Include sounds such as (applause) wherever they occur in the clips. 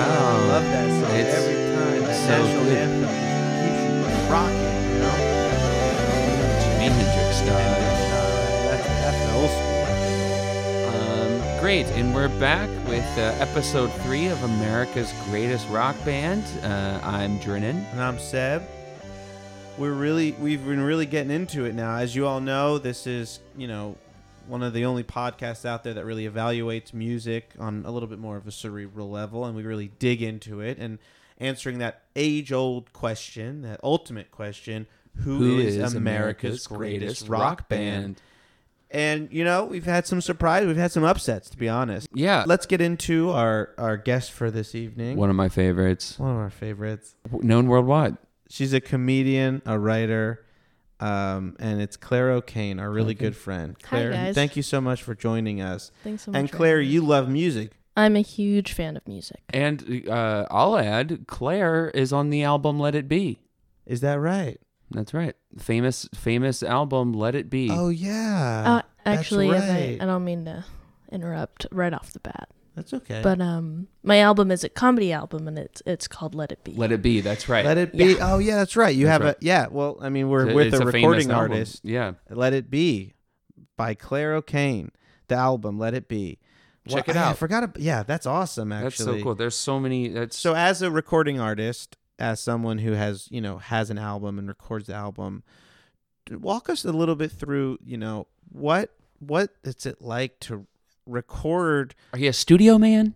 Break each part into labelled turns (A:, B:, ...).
A: love that song
B: It's
A: every time. That
B: so
A: national
B: good.
A: anthem just keeps you rocking, you know?
B: Jimi Hendrix style.
A: And, uh, that's, that's an old school.
B: Um, great, and we're back with uh, episode three of America's Greatest Rock Band. Uh, I'm Drinan.
A: And I'm Seb. We're really we've been really getting into it now. As you all know, this is, you know, one of the only podcasts out there that really evaluates music on a little bit more of a cerebral level and we really dig into it and answering that age-old question, that ultimate question, who is, America's, greatest, rock band? And you know, we've had some surprise, we've had some upsets to be honest.
B: Yeah,
A: Let's get into our our guest for this evening.
B: one of my favorites,
A: One of our favorites.
B: W- known worldwide.
A: She's a comedian, a writer, um, and it's Claire O'Kane, our really good friend.
C: Hi,
A: Claire,
C: guys.
A: thank you so much for joining us.
C: Thanks so much.
A: And
C: for
A: Claire,
C: having me.
A: you love music.
C: I'm a huge fan of music.
B: And uh, I'll add, Claire is on the album Let It Be.
A: Is that right?
B: That's right, famous famous album Let It Be.
A: Oh yeah.
C: E. Uh, actually,
A: that's
C: if
A: right.
C: I, I don't mean to interrupt right off the bat,
A: That's okay.
C: but um, my album is a comedy album, and it's it's called Let It Be.
B: Let It Be. That's right.
A: Let it be.
C: Yeah.
A: Oh yeah, that's right. You
B: That's
A: have
B: right.
A: a yeah. Well, I mean, we're
B: It's
A: with
B: it's
A: a,
B: famous
A: recording
B: album.
A: artist.
B: Yeah,
A: Let It Be by Claire O'Kane. The album Let It Be.
B: Check
A: Well,
B: it
A: I- I
B: out.
A: forgot. ab- yeah, that's awesome. Actually,
B: that's so cool. There's so many. That's
A: So as a recording artist, as someone who has you know has an album and records the album, d- walk us a little bit through you know what what is it like to record?
B: are you a studio man?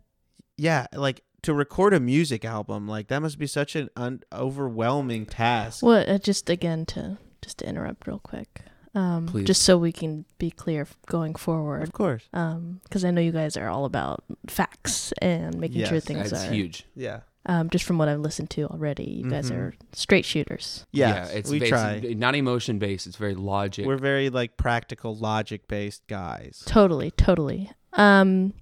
A: Yeah, like to record a music album like that must be such an un- overwhelming task.
C: Well, uh, just again to just to interrupt real quick, um,
B: Please.
C: just so we can be clear f- going forward,
A: of course.
C: because I know you guys are all about facts and making sure
A: Yes.
C: things
B: that's
C: are.
B: huge.
A: Yeah.
C: Um, just from what I've listened to already, you guys
A: Mhm.
C: are straight shooters.
A: Yes,
B: yeah, it's,
A: we
B: it's
A: try.
B: not emotion based. It's very logic.
A: We're very like practical, logic based guys.
C: Totally, totally. Um,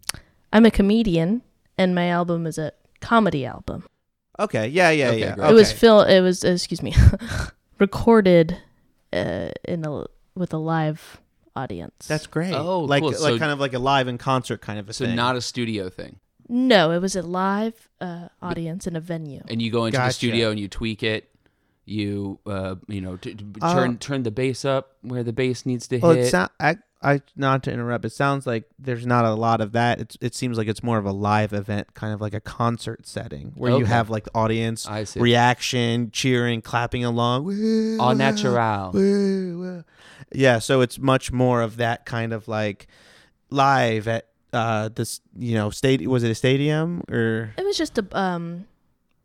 C: I'm a comedian, and my album is a comedy album.
A: Okay. Yeah. Yeah.
B: Okay,
A: yeah.
B: great.
C: It was
A: okay.
C: Phil. It was excuse me, (laughs) recorded uh, in a with a live audience.
A: That's great.
B: Oh,
A: like
B: cool.
A: like
B: So-
A: kind of like a live in concert kind of a
B: so
A: thing.
B: not a studio thing.
C: no, it was a live uh, audience in a venue.
B: And you go into the
A: Gotcha.
B: studio and you tweak it. You uh, you know t- t-
A: Uh,
B: turn turn the bass up where the bass needs to
A: well,
B: hit.
A: it sound, I I not to interrupt. It sounds like there's not a lot of that. It's, it seems like it's more of a live event, kind of like a concert setting where you
B: Okay.
A: have like the audience
B: I see.
A: reaction, cheering, clapping along. Woo,
B: All
A: woo,
B: natural.
A: woo, woo. Yeah, so it's much more of that kind of like live at uh this you know state was it a stadium or
C: It was just a um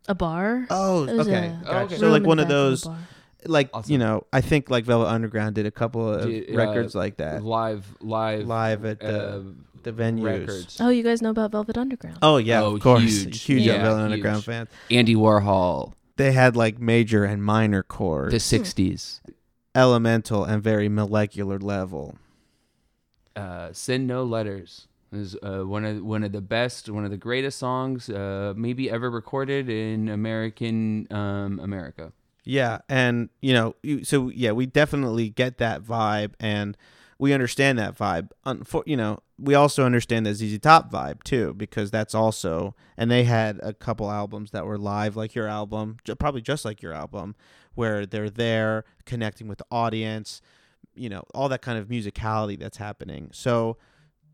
C: a bar.
A: oh
C: It was
A: okay,
C: a
A: gotcha.
B: Okay.
A: so like
C: room in
A: one
C: the
A: of
C: back a
A: those
C: bar.
A: like
B: Awesome.
A: you know I think like Velvet Underground did a couple of
B: Did, uh,
A: records like that
B: Live live
A: live at the
B: uh,
A: the venues.
B: records.
C: Oh, you guys know about Velvet Underground?
A: Oh yeah,
B: Oh,
A: of course,
B: huge.
A: huge,
B: Yeah,
A: Velvet
B: huge.
A: Underground fans.
B: Andy Warhol,
A: They had like major and minor chords,
B: the '60s.
A: elemental and very molecular level.
B: Uh, Send no letters is uh, one of one of the best, one of the greatest songs uh, maybe ever recorded in American um, America.
A: Yeah, and you know, you, so yeah, we definitely get that vibe, and we understand that vibe. Unfor- you know, we also understand the ZZ Top vibe too, because that's also, and they had a couple albums that were live, like your album, ju- probably just like your album, where they're there connecting with the audience, you know, all that kind of musicality that's happening. So,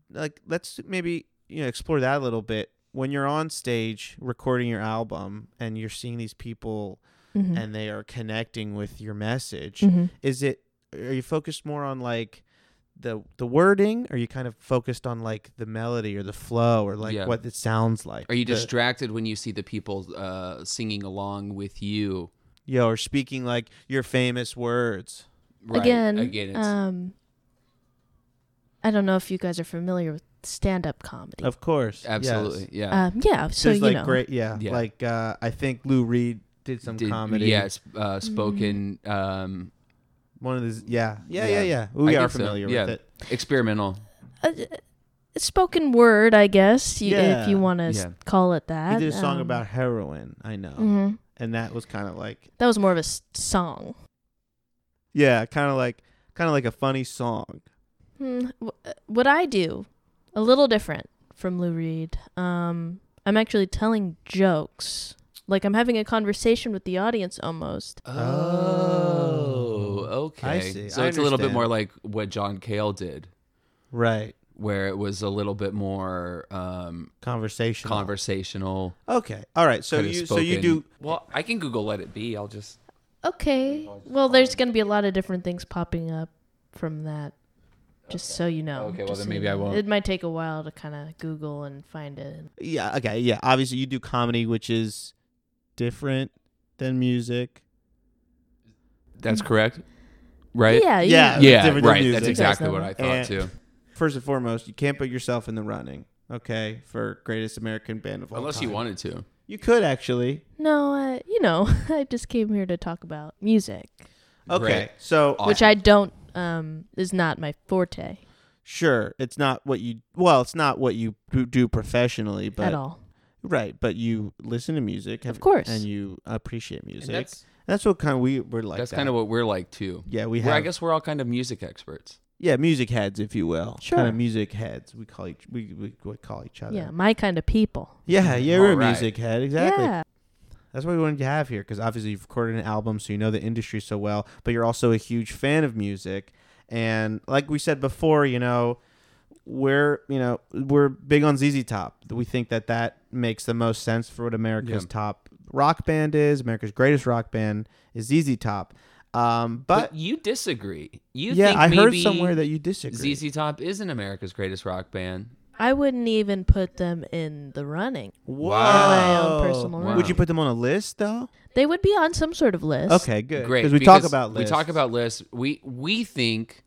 A: like, let's maybe you know explore that a little bit. When you're on stage recording your album and you're seeing these people
C: Mhm.
A: and they are connecting with your message
C: Mhm.
A: is it are you focused more on like the the wording or are you kind of focused on like the melody or the flow or like
B: Yeah.
A: what it sounds like
B: Are you
A: The-
B: distracted when you see the people uh, singing along with you?
A: yeah or speaking like your famous words
B: Right.
C: again,
B: again, it's,
C: um, I don't know if you guys are familiar with stand-up comedy.
A: of course yes.
B: absolutely, yeah.
C: Um, yeah, so
A: there's
C: you
A: Oh. like
C: know,
A: great yeah,
B: Yeah.
A: like uh i think lou reed did some
B: Did-
A: comedy
B: yes, uh,
C: Mm-hmm.
B: spoken, um,
A: one of these yeah yeah
B: Yeah.
A: yeah yeah we
B: I
A: are
B: think so,
A: familiar
B: yeah.
A: with it
B: experimental.
C: a, a spoken word, I guess, you, if
A: Yeah.
C: you want to
B: Yeah.
C: call it that.
A: he did a song
C: Um,
A: about heroin i know
C: mhm.
A: and that was kind of like
C: That was more of a s- song.
A: yeah kind of like kind of like a funny song
C: Hmm. wh- uh, What I do, a little different from Lou Reed. Um, I'm actually telling jokes. Like I'm having a conversation with the audience almost.
B: Oh, okay.
A: I see.
B: So
A: I
B: it's a little bit
A: understand.
B: more like what John Cale did,
A: Right.
B: where it was a little bit more um,
A: Conversation.
B: conversational.
A: Okay. All right. So
B: could've
A: you so you
B: spoken-
A: do
B: Well, I can Google "Let It Be." I'll just
C: Okay. Well, there's going to be a lot of different things popping up from that. Just so you know.
B: Okay, well,
C: Just
B: then
C: so
B: maybe
C: you
B: I
C: know.
B: won't.
C: It might take a while to kind of Google and find it.
A: Yeah, okay, yeah. Obviously you do comedy which is different than music.
B: That's correct, right?
C: Mm. Yeah. you-
A: Yeah.
B: Yeah,
A: Different than
B: right.
A: music.
B: That's
C: You guys
B: exactly
C: know
B: what I
C: that.
B: thought
A: And-
B: too.
A: First and foremost, you can't put yourself in the running, okay, for greatest American band of all
B: Unless
A: time.
B: you wanted to.
A: You could actually.
C: No, uh, you know, (laughs) I just came here to talk about music,
A: Okay.
B: Great.
A: So
C: which I don't um is not my forte
A: sure, it's not what you well, it's not what you do- do professionally, but
C: at all.
A: right, but you listen to music, have,
C: course.
A: and you appreciate music.
B: that's-
A: that's, what kind of we we're like.
B: That's
A: that.
B: kind of what we're like too.
A: yeah, we
B: Where
A: have
B: I guess we're all kind of music experts.
A: yeah, music heads, if you will,
C: Sure.
A: kind of music heads. We call each we, we, we call each other.
C: Yeah, my kind of people.
A: Yeah, yeah, we're a
B: Alright.
A: music head. Exactly.
C: Yeah.
A: That's what we wanted to have here because obviously you've recorded an album, so you know the industry so well, but you're also a huge fan of music. And like we said before, you know, we're you know we're big on ZZ Top. We think that that makes the most sense for what America's
B: Yeah.
A: top rock band is. America's greatest rock band is ZZ Top. Um,
B: But,
A: but,
B: you disagree. You
A: yeah,
B: think
A: I heard
B: maybe
A: somewhere that you disagree.
B: ZZ Top isn't America's greatest rock band.
C: I wouldn't even put them in the running.
A: Whoa.
B: My
C: own personal
B: Wow.
A: Would you put them on a list though?
C: They would be on some sort of list.
A: Okay, good.
B: Great.
A: because we talk
B: because
A: about
B: we
A: lists.
B: talk about lists. We we think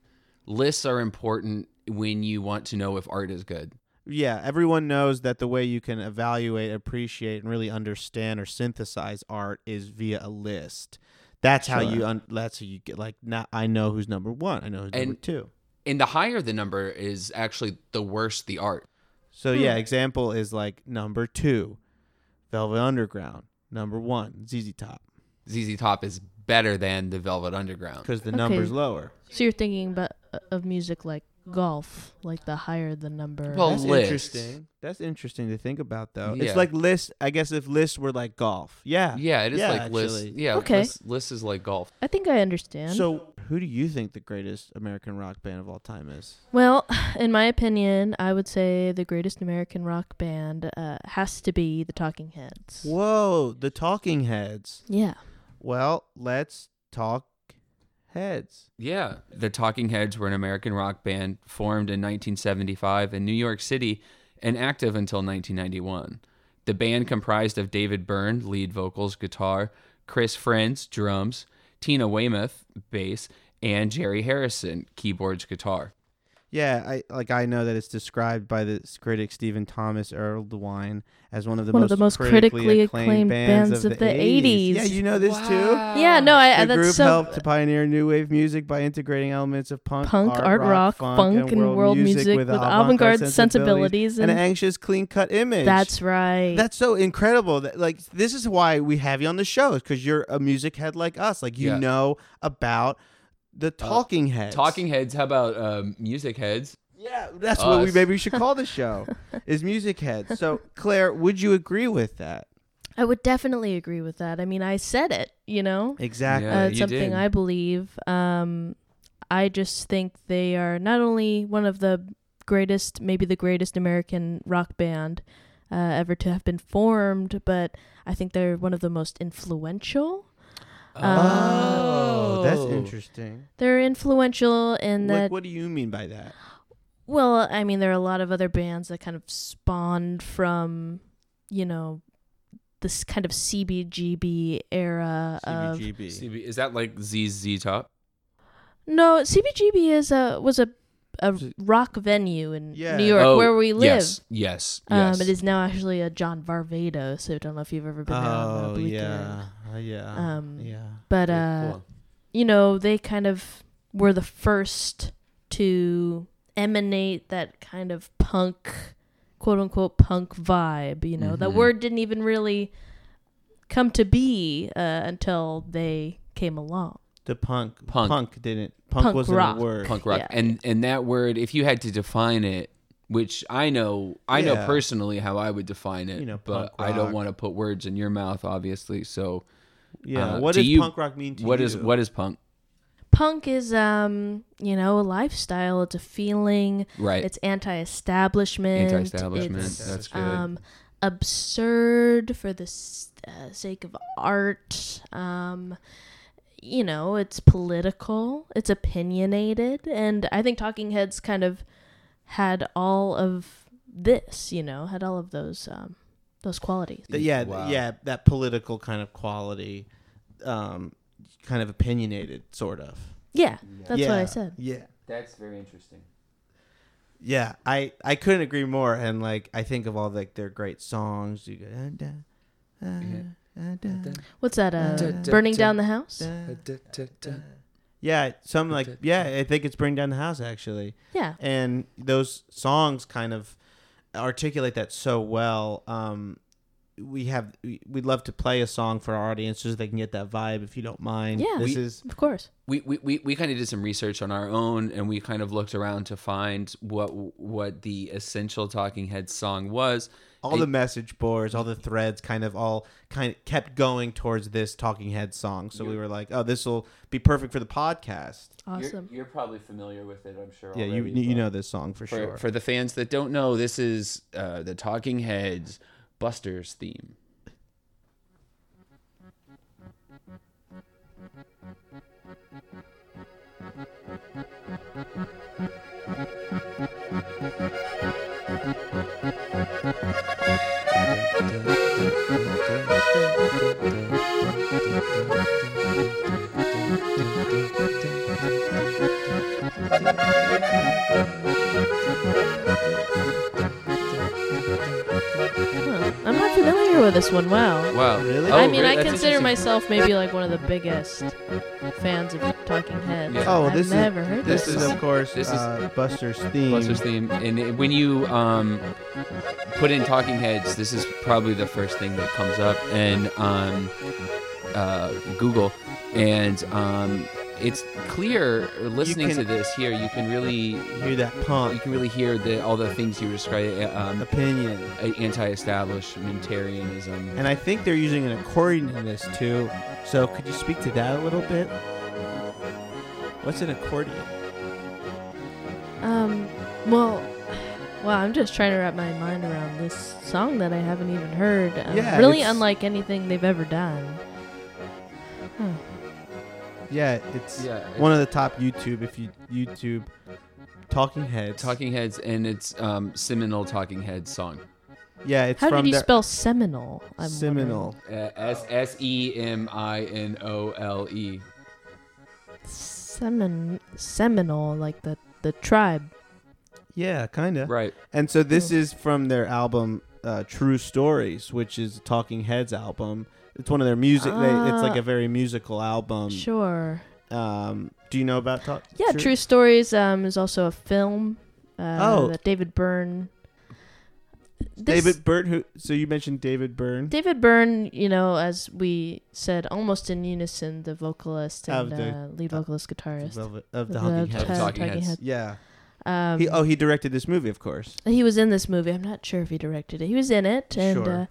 B: lists are important when you want to know if art is good.
A: Yeah, everyone knows that the way you can evaluate, appreciate, and really understand or synthesize art is via a list. That's how you. Un- that's how you get. Like, now I know who's number one. I know who's number
B: And-
A: two.
B: And the higher the number is actually the worse the art.
A: So yeah, example is like number two, Velvet Underground. Number one, ZZ Top,
B: ZZ Top is better than the Velvet Underground.
A: because the
C: Okay.
A: number's lower.
C: So you're thinking about uh, of music like golf, like the higher the number.
B: Well, A
A: That's
B: list.
A: interesting. That's interesting to think about, though.
B: Yeah.
A: It's like lists. I guess if lists were like golf, yeah,
B: Yeah, it is
A: Yeah,
B: like list.
A: actually.
B: Yeah,
C: Okay.
B: list, list is like golf.
C: I think I understand.
A: So, who do you think the greatest American rock band of all time is?
C: well, (sighs) in my opinion, I would say the greatest American rock band uh, has to be the Talking Heads.
A: Whoa, the Talking Heads.
C: Yeah.
A: Well, let's talk heads.
B: Yeah. The Talking Heads were an American rock band formed in 1975 in New York City and active until 1991. The band comprised of David Byrne, lead vocals, guitar, Chris Friends, drums, Tina Weymouth, bass, and Jerry Harrison, keyboards, guitar.
A: Yeah, I like I know that it's described by the s- critic Stephen Thomas Erlewine as one of the
C: One
A: most
C: of the most critically acclaimed bands of the 80s.
A: Yeah, you know this too.
C: Yeah, no, I, I
A: the
C: that's
A: group
C: so
A: helped to pioneer new wave music by integrating elements of punk,
C: Punk, art rock, funk, and world music with avant-garde sensibilities
A: and,
C: and-
A: an anxious, clean-cut image.
C: That's right.
A: That's so incredible. That like this is why we have you on the show because you're a music head like us. Like you
B: Yeah. Uh,
A: know about the Talking Heads.
B: Talking Uh, Heads, how about um, Music Heads?
A: Yeah, that's what we
B: Us.
A: maybe we should call the
B: (laughs)
A: show is music heads. So Claire, would you agree with that?
C: I would definitely agree with that. I mean, I said it, you know.
A: Exactly.
B: Yeah,
C: uh, it's
B: you
C: something
B: did.
C: I believe. Um, I just think they are not only one of the greatest, maybe the greatest American rock band uh, ever to have been formed, but I think they're one of the most influential. Uh,
A: Oh, that's interesting.
C: They're influential in
A: Like,
C: that.
A: what do you mean by that?
C: Well, I mean, there are a lot of other bands that kind of spawned from, you know, this kind of CBGB era of
A: CBGB.
B: CB, is that like ZZ Top?
C: No, CBGB is a was a a rock venue in
A: Yeah.
C: New York
B: Oh,
C: where we live.
B: Yes, yes, yes.
C: Um, it is now actually a John Varvato, so I don't know if you've ever been out on
A: Oh
C: the weekend.
A: yeah, Uh, yeah,
C: Um,
A: yeah.
C: But
B: Cool,
C: uh,
B: cool.
C: you know, they kind of were the first to emanate that kind of punk, quote unquote punk vibe. You know, that
B: Mhm.
C: word didn't even really come to be uh, until they came along.
A: The punk,
B: Punk.
A: punk didn't. Punk,
C: Punk
A: wasn't
C: rock.
A: a word.
B: punk rock
C: Yeah.
B: and and that word if you had to define it which I know I know
A: Yeah.
B: personally how I would define it,
A: You know,
B: but
A: punk
B: I don't
A: rock.
B: want to put words in your mouth, obviously. So
A: Yeah.
B: Uh,
A: what
B: to
A: does
B: you-
A: punk rock mean to
B: what
A: you?
B: is what is punk?
C: Punk is um, you know, a lifestyle, it's a feeling,
B: Right.
C: it's anti-establishment.
B: Anti-establishment.
C: It's,
B: That's good.
C: um absurd for the s- uh, sake of art. Um you know, it's political, it's opinionated, and I think Talking Heads kind of had all of this, you know, had all of those um those qualities.
A: Th- yeah, th-
B: Wow.
A: yeah, that political kind of quality, um, kind of opinionated, sort of.
C: Yeah, that's what I
A: Yeah,
C: said.
A: Yeah,
B: That's very interesting.
A: yeah. I I couldn't agree more. And like, I think of all like their great songs. You go, "Ah, da, ah, ah, da,
C: What's that? Uh,
A: Da, da,
C: burning
D: da.
C: down the house.
A: da, da." Yeah, some like yeah. I think it's "Bring Down the House" actually.
C: Yeah,
A: and those songs kind of articulate that so well. Um, we have we- we'd love to play a song for our audience so they can get that vibe. If you don't mind,
C: Yeah.
A: this
B: We-
A: is
C: of course.
B: we, we, we, we kind of did some research on our own and we kind of looked around to find what what the essential talking heads song was
A: all the message boards, all the threads, kind of all kind of kept going towards this Talking Head song. So we were like, oh, this will be perfect for the podcast.
C: Awesome.
B: you're, probably familiar with it i'm sure
A: Yeah, you you know this song for,
B: for,
A: sure.
B: for the fans that don't know this is uh, the talking heads busters theme
C: Huh. I'm not familiar with this one. Wow.
B: wow
A: Really?
B: Oh,
C: I mean,
B: really?
C: I
B: That's
C: consider
B: interesting.
C: myself maybe like one of the biggest fans of Talking Heads.
B: Yeah.
A: Oh,
C: I've
A: this is-
C: never heard
A: this
C: this.
A: is of course
B: this is-
A: uh, Buster's theme.
B: Buster's theme, and it- when you um, put in Talking Heads, this is probably the first thing that comes up, and um, uh, Google, and um, it's clear listening
A: can-
B: to this here. You can really, you
A: Hear that punk
B: can really hear the, all the things you describe, uh, um,
A: opinion.
B: anti-establishmentarianism.
A: And I think they're using an accordion in this too. So could you speak to that a little bit? What's an accordion?
C: Um, well, (sighs) well, I'm just trying to wrap my mind around this song that I haven't even heard. Um,
A: Yeah,
C: really
A: it's-
C: unlike anything they've ever done. Huh.
A: Yeah, it's
B: Yeah, it's-
A: one of the top YouTube if you YouTube Talking Heads.
B: Talking Heads, and it's um, seminal Talking Heads song.
A: Yeah, it's
C: How
A: from
C: did you
A: their-
C: spell Seminole? I'm wondering.
A: Seminole.
B: Uh, S S E M I N O L E.
C: Semin Seminole, like the the tribe.
A: Yeah, kinda.
B: Right.
A: And so
C: Mm.
A: this is from their album uh, True Stories, which is a Talking Heads album. It's one of their music. they, it's like
C: Ah.
A: a very musical album.
C: sure.
A: Um, do you know about Talk?
C: Yeah, True Stories um, is also a film. Uh,
A: Oh.
C: that David Byrne. This-
A: David Byrne. Who? So you mentioned David Byrne.
C: David Byrne, you know, as we said, almost in unison, the vocalist and
A: Of the-
C: uh, lead
A: uh,
C: vocalist guitarist
A: Of the, of the Talking
B: Heads.
C: Ta-
A: Heads.
B: Talking Heads.
A: Yeah.
C: Um,
A: He, oh, he directed this movie, of course.
C: he was in this movie. I'm not sure if he directed it. He was in it, and
A: Sure.
C: uh,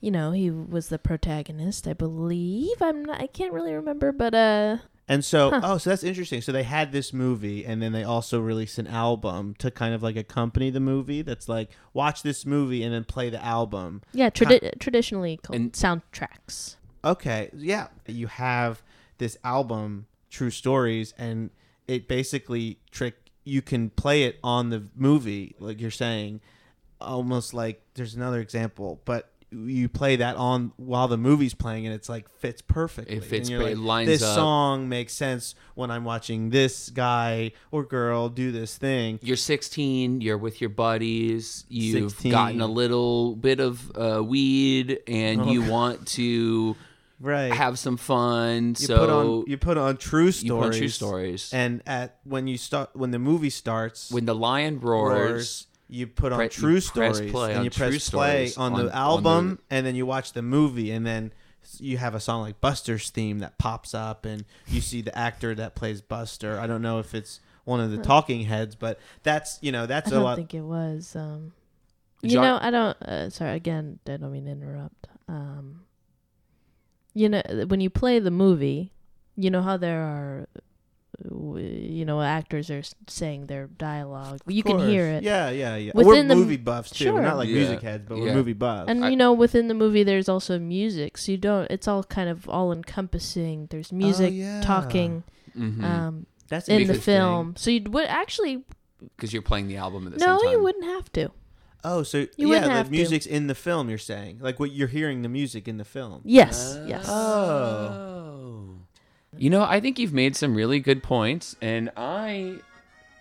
C: you know, he was the protagonist, I believe. I'm not. I can't really remember, but uh,
A: And so,
C: Huh.
A: oh, so that's interesting. So they had this movie, and then they also released an album to kind of like accompany the movie. That's like watch this movie and then play the album.
C: yeah, tradi- traditionally called
B: And-
C: soundtracks.
A: Okay, yeah, you have this album, True Stories, and it basically trick you can play it on the movie, like you're saying, almost like there's another example, but you play that on while the movie's playing, and it's like fits perfectly.
B: It
A: And
B: fits
A: you're
B: per- it lines
A: this
B: up."
A: song makes sense when I'm watching this guy or girl do this thing.
B: you're 16 you're with your buddies you've
A: 16.
B: gotten a little bit of uh, weed and
A: Oh,
B: you
A: God.
B: want to
A: Right.
B: have some fun
A: you
B: so
A: put on you put on True Stories.
B: you put on true stories
A: And at when you start when the movie starts,
B: when the lion roars,
A: roars, you put on
B: Pre-
A: True
B: you press
A: Stories
B: play
A: and
B: on
A: you
B: True
A: press play
B: Stories
A: on,
B: on- on
A: the
B: the-
A: album, and then you watch the movie, and then s- you have a song like Buster's theme that pops up, and you see the actor that plays Buster. I don't know if it's one of the
C: Huh.
A: talking heads, but that's you know that's
C: I
A: a
C: don't
A: lot.
C: think it was. Um, you
B: Jacques-
C: know, I don't. Uh, sorry, again, I don't mean to interrupt. Um, you know, uh, when you play the movie, you know how there are, uh, you know, actors are s- saying their dialogue. You can hear
A: course.
C: it.
A: Yeah, yeah, yeah.
C: Within
A: we're
C: the-
A: movie buffs too. We're
C: Sure.
A: not like
B: Yeah.
A: music heads, but
B: Yeah.
A: we're movie buffs.
C: And
B: I-
C: you know, within the movie, there's also music, so you don't. It's all kind of all encompassing. There's music,
A: Oh, yeah.
C: talking,
B: hmm
C: um,
A: that's
C: in the
A: interesting.
C: film. So you would actually
B: because you're playing the album at the
C: no,
B: same time.
C: you wouldn't have to.
A: Oh, so
C: wouldn't
A: yeah,
C: have
A: the
C: to.
A: music's in the film. You're saying like what you're hearing the music in the film.
C: Yes,
A: Ah.
C: yes.
B: Oh. You know, I think you've made some really good points, and I,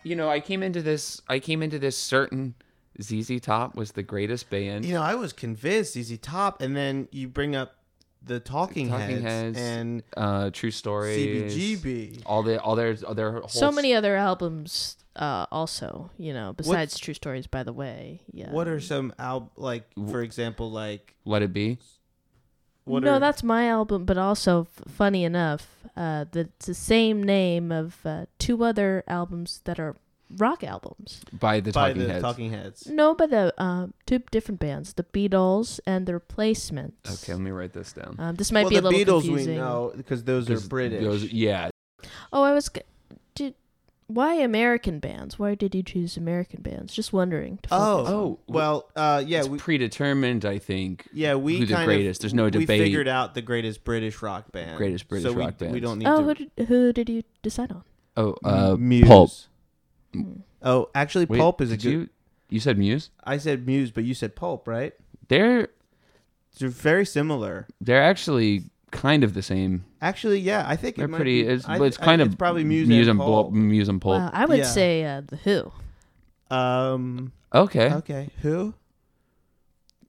B: you know, I came into this. I came into this certain ZZ Top was the greatest band.
A: You know, I was convinced ZZ Top, and then you bring up the Talking,
B: Talking
A: heads,
B: Heads,
A: and
B: uh, True Stories,
A: CBGB.
B: all the all their all their whole
C: so many other albums uh also you know besides true stories by the way yeah
A: What are some al- like for example like
B: Let It Be.
A: what
C: no
A: are
C: that's my album but also f- funny enough uh the, it's the same name of uh, two other albums that are rock albums
B: by the
A: by
B: Talking
A: the
B: Heads.
A: Talking Heads?
C: no but the uh, two different bands the beatles and the replacements
B: okay, let me write this down.
C: um, this might
A: well,
C: be a
A: the
C: little
A: Beatles
C: confusing
A: we know because those are
B: 'Cause
A: British.
B: those- yeah,
C: oh i was g- did why american bands why did you choose american bands just wondering to
A: oh,
C: focus.
B: Oh,
A: well, uh, yeah,
B: it's
A: we
B: predetermined. I think
A: yeah we
B: who the
A: kind
B: greatest.
A: Of,
B: There's no debate.
A: We figured out the greatest British rock band.
B: Greatest British
A: so we,
B: rock
A: We
B: bands.
A: don't need
C: oh
A: to.
C: who did, who did you decide on Hmm.
B: oh, uh,
A: Muse.
B: Pulp.
A: Oh, actually,
B: Wait,
A: Pulp is a
B: did
A: good.
B: You, you said Muse.
A: I said Muse, but you said Pulp, right?
B: They're
A: They're very similar.
B: they're actually kind of the same.
A: Actually, yeah, I think
B: They're
A: it might
B: pretty.
A: Be,
B: it's,
A: I-
B: it's
A: I-
B: kind of
A: it's probably Muse, and Pulp.
B: Pulp. Muse and Pulp.
C: Wow, I would
A: Yeah.
C: say uh, the Who.
A: Um.
B: Okay.
A: Okay. Who?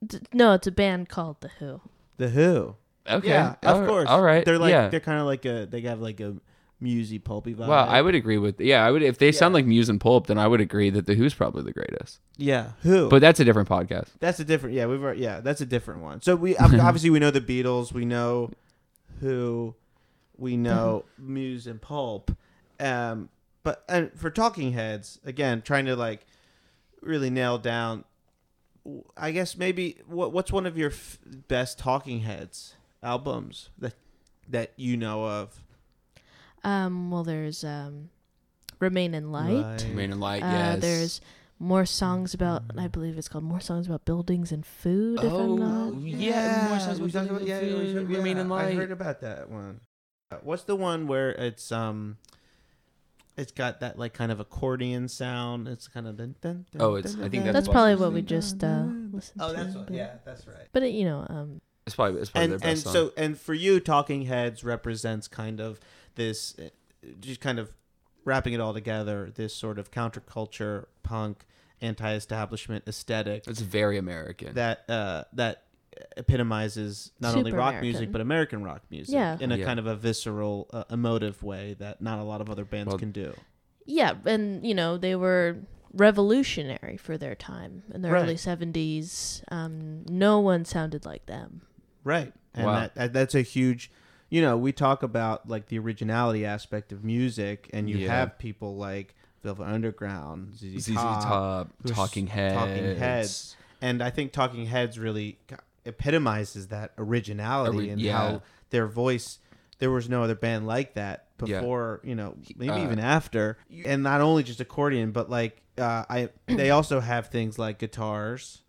C: D- no, it's a band called the Who.
A: The Who.
B: Okay.
A: Yeah,
B: All
A: of
B: right-
A: course.
B: All right.
A: They're like
B: Yeah.
A: they're kind of like a they have like a musy pulpy vibe.
B: Wow, I would agree with yeah. I would if they sound
A: Yeah.
B: like Muse and Pulp, then I would agree that the Who's probably the greatest.
A: Yeah. Who?
B: But that's a different podcast.
A: that's a different. Yeah, we've already- yeah, that's a different one. So we ob- obviously we know the Beatles, we know Who, we know Muse and Pulp. Um, but and for Talking Heads, again, trying to like really nail down. I guess maybe what what's one of your f- best Talking Heads albums that that you know of?
C: Um, well, there's um, Remain in Light.
A: Like-
B: Rain and Light.
C: Uh, there's more songs about. I believe it's called more songs about buildings and food. if I'm
B: Oh
C: not.
B: yeah. more songs
A: we
B: about
A: talked about
B: Buildings
A: yeah,
B: and
A: yeah, we
B: Food,
A: talked- yeah,
B: Rain and
A: I
B: Light.
A: heard about that one. Uh, What's the one where it's um, it's got that like kind of accordion sound. It's kind of dun, dun, dun,
B: Oh, it's-
A: dun,
B: I
A: dun,
B: think
A: dun,
C: That's
B: what-
A: dun,
C: probably
A: dun,
C: what we
A: dun,
C: just uh,
A: dun, dun.
C: listened
A: Oh,
C: to.
A: that's what,
C: but-
A: yeah, that's right.
C: But it, you know, um,
B: It's probably it's probably
A: And
B: their best
A: and
B: song.
A: so and for you, Talking Heads represents kind of this, uh, just kind of wrapping it all together. This sort of counterculture punk, anti-establishment aesthetic
B: it's very American.
A: that uh, that epitomizes not only
C: Super
A: rock
C: American.
A: music but American rock music
C: Yeah.
A: in a
B: Yeah.
A: kind of a visceral, uh, emotive way that not a lot of other bands
B: Well-
A: can do.
C: yeah, and you know they were revolutionary for their time in the
A: Right.
C: early '70s. Um, no one sounded like them.
A: Right, and
B: Wow.
A: that, that that's a huge. You know, we talk about like the originality aspect of music, and you
B: Yeah.
A: have people like Velvet Underground, ZZ,
B: ZZ
A: Top,
B: Top,
A: who's
B: Talking Heads.
A: Talking Heads, and I think Talking Heads really epitomizes that originality
B: Ori-
A: and
B: yeah.
A: how their voice. There was no other band like that
B: Yeah.
A: before, you know, maybe
B: uh,
A: even after. And not only just accordion, but like uh, I, they also have things like guitars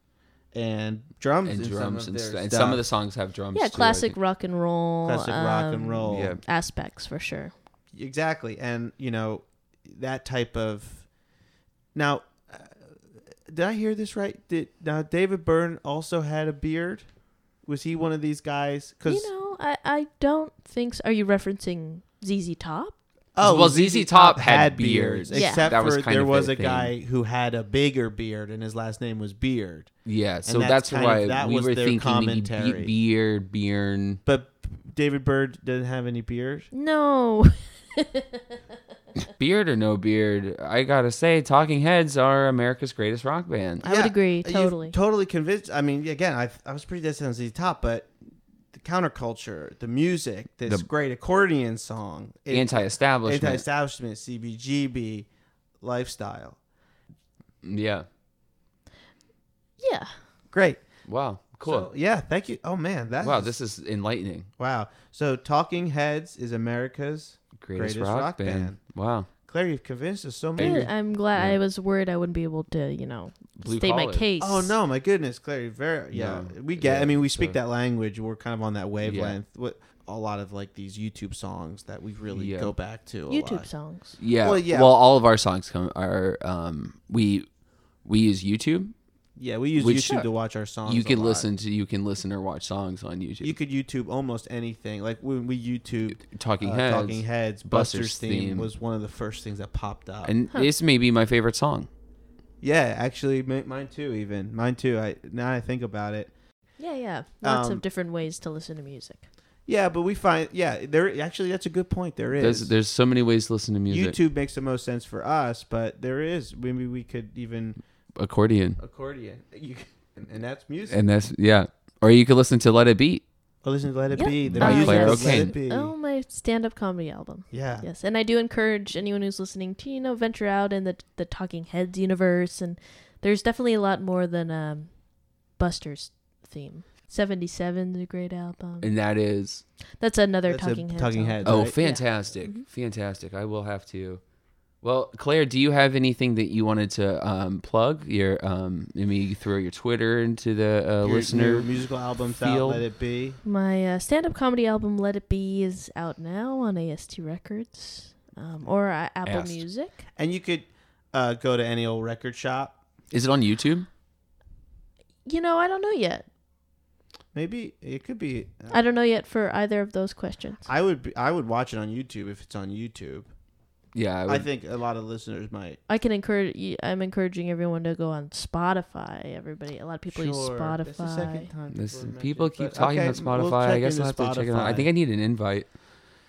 A: and drums
B: and
A: in
B: drums
A: some
B: and,
A: of
B: st-
A: their
B: and
A: stuff.
B: some of the songs have drums.
C: Yeah,
B: too, I
C: classic
B: think.
C: rock and roll.
A: classic rock and
C: um,
A: roll.
B: yeah.
C: aspects for sure.
A: Exactly, and you know that type of. Now, uh, did I hear this right? Did now David Byrne also had a beard? Was he one of these guys?
C: You know, I, I don't think so. Are you referencing ZZ Top?
B: Well, ZZ Oh, Top had beards.
C: Yeah.
A: except
B: That was
A: for
B: kind
A: there
B: of
A: was
B: their
A: a guy who had a bigger beard, and his last name was Beard.
B: Yeah, so
A: that's
B: that's,
A: kind of-
B: why
A: that
B: we
A: was
B: were
A: their
B: thinking
A: commentary.
B: commentary. beard, beard.
A: But David Byrne didn't have any beard.
C: No. (laughs)
B: Beard or no beard, I gotta say, Talking Heads are America's greatest rock band.
C: I would agree,
A: you've
C: totally.
A: totally convinced. I mean, again, I, I was pretty distant on ZZ Top, but the counterculture, the music, this
B: The-
A: great accordion song, it-
B: Anti-establishment.
A: anti-establishment, CBGB, lifestyle.
B: Yeah.
C: Yeah.
A: Great.
B: Wow. Cool.
A: So, yeah, thank you. Oh man, that's
B: wow. This is enlightening.
A: wow. So Talking Heads is America's
B: Greatest, rock, band. Wow.
A: Claire, you've convinced us so much.
C: Good. I'm glad. I was worried I wouldn't be able to, you know,
B: Blue
C: state my
B: collar.
C: case.
A: Oh no, my goodness, Claire, you're very yeah.
B: No,
A: we get.
B: yeah,
A: I mean, we speak
B: so-
A: that language. We're kind of on that wavelength. With a lot of like these YouTube songs that we really
B: Yeah.
A: go back to. A
C: YouTube
A: lot.
C: songs.
B: Yeah.
A: Well, yeah.
B: Well, all of our songs come are um we we use YouTube.
A: Yeah, we use
B: Which-
A: YouTube to watch our songs.
B: you
A: a
B: can
A: lot.
B: listen to you can listen or watch songs on YouTube.
A: You could YouTube almost anything. Like when we YouTube
B: Talking
A: uh,
B: Heads.
A: Talking Heads,
B: Buster's
A: Buster's theme,
B: theme.
A: was one of the first things that popped up.
B: and this may be my favorite song.
A: yeah, actually, mi- mine too. Even mine too. I now I think about it.
C: Yeah, yeah. Lots
A: Um,
C: of different ways to listen to music.
A: Yeah, but we find yeah there actually that's a good point. There is
B: There's there's so many ways to listen to music.
A: YouTube makes the most sense for us, but there is maybe we could even
B: Accordion.
A: accordion. You can, and that's music.
B: And that's yeah. Or you could listen to Let It Beat.
A: Or listen to Let It
C: Yeah.
A: Be. The
B: Now you
A: music
B: play
A: of
B: Rocaine.
A: Let It Be.
C: Oh, my stand-up comedy album.
A: Yeah.
C: Yes, and I do encourage anyone who's listening to you know venture out in the the Talking Heads universe, and there's definitely a lot more than um, Buster's theme. Seventy seven, the great album.
B: And that is
C: That's another
A: That's a
C: Talking Heads.
A: Talking
C: album.
A: Heads.
B: Oh,
A: right?
B: fantastic. Fantastic. I will have to well, Claire, do you have anything that you wanted to um, plug? Your, um, I mean, you throw your Twitter into the uh,
A: Your
B: listener.
A: new musical albums out.
B: feel.
A: Let It Be.
C: My uh, stand-up comedy album "Let It Be" is out now on AST Records um, or uh, Apple
B: Ast.
C: Music.
A: And you could uh, go to any old record shop.
B: Is it on YouTube?
C: You know, I don't know yet.
A: Maybe it could be.
C: I don't know yet for either of those questions.
A: I would be, I would watch it on YouTube if it's on YouTube.
B: Yeah, I
A: I,
B: would,
A: think a lot of listeners might.
C: I can encourage. y- I'm encouraging everyone to go on Spotify. Everybody, a lot of people use
A: Sure.
C: Spotify.
A: That's the second time
B: This-
A: people have
B: people
A: mentioned,
B: keep
A: but
B: talking
A: okay,
B: about Spotify.
A: we'll
B: I
A: check
B: guess I'll have
A: into
B: to check it out. I
A: Spotify.
B: think I need an invite.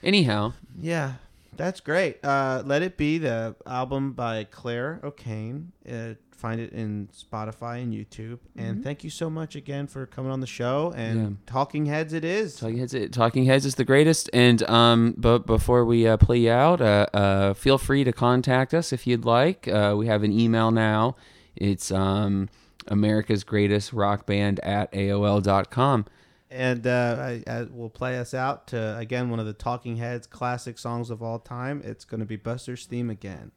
B: Anyhow,
A: Yeah, that's great. Uh, Let It Be, the album by Claire O'Kane. Uh, find it in Spotify and YouTube.
C: Mm-hmm.
A: And thank you so much again for coming on the show. And Talking Heads, it is.
B: Talking Heads, Talking Heads is the greatest. And um, but before we uh, play you out, uh, uh, feel free to contact us if you'd like. Uh, we have an email now. It's um, America's Greatest Rock Band at AOL.com.
A: and uh, I, I will play us out to, again, one of the Talking Heads classic songs of all time. It's going to be Buster's theme again.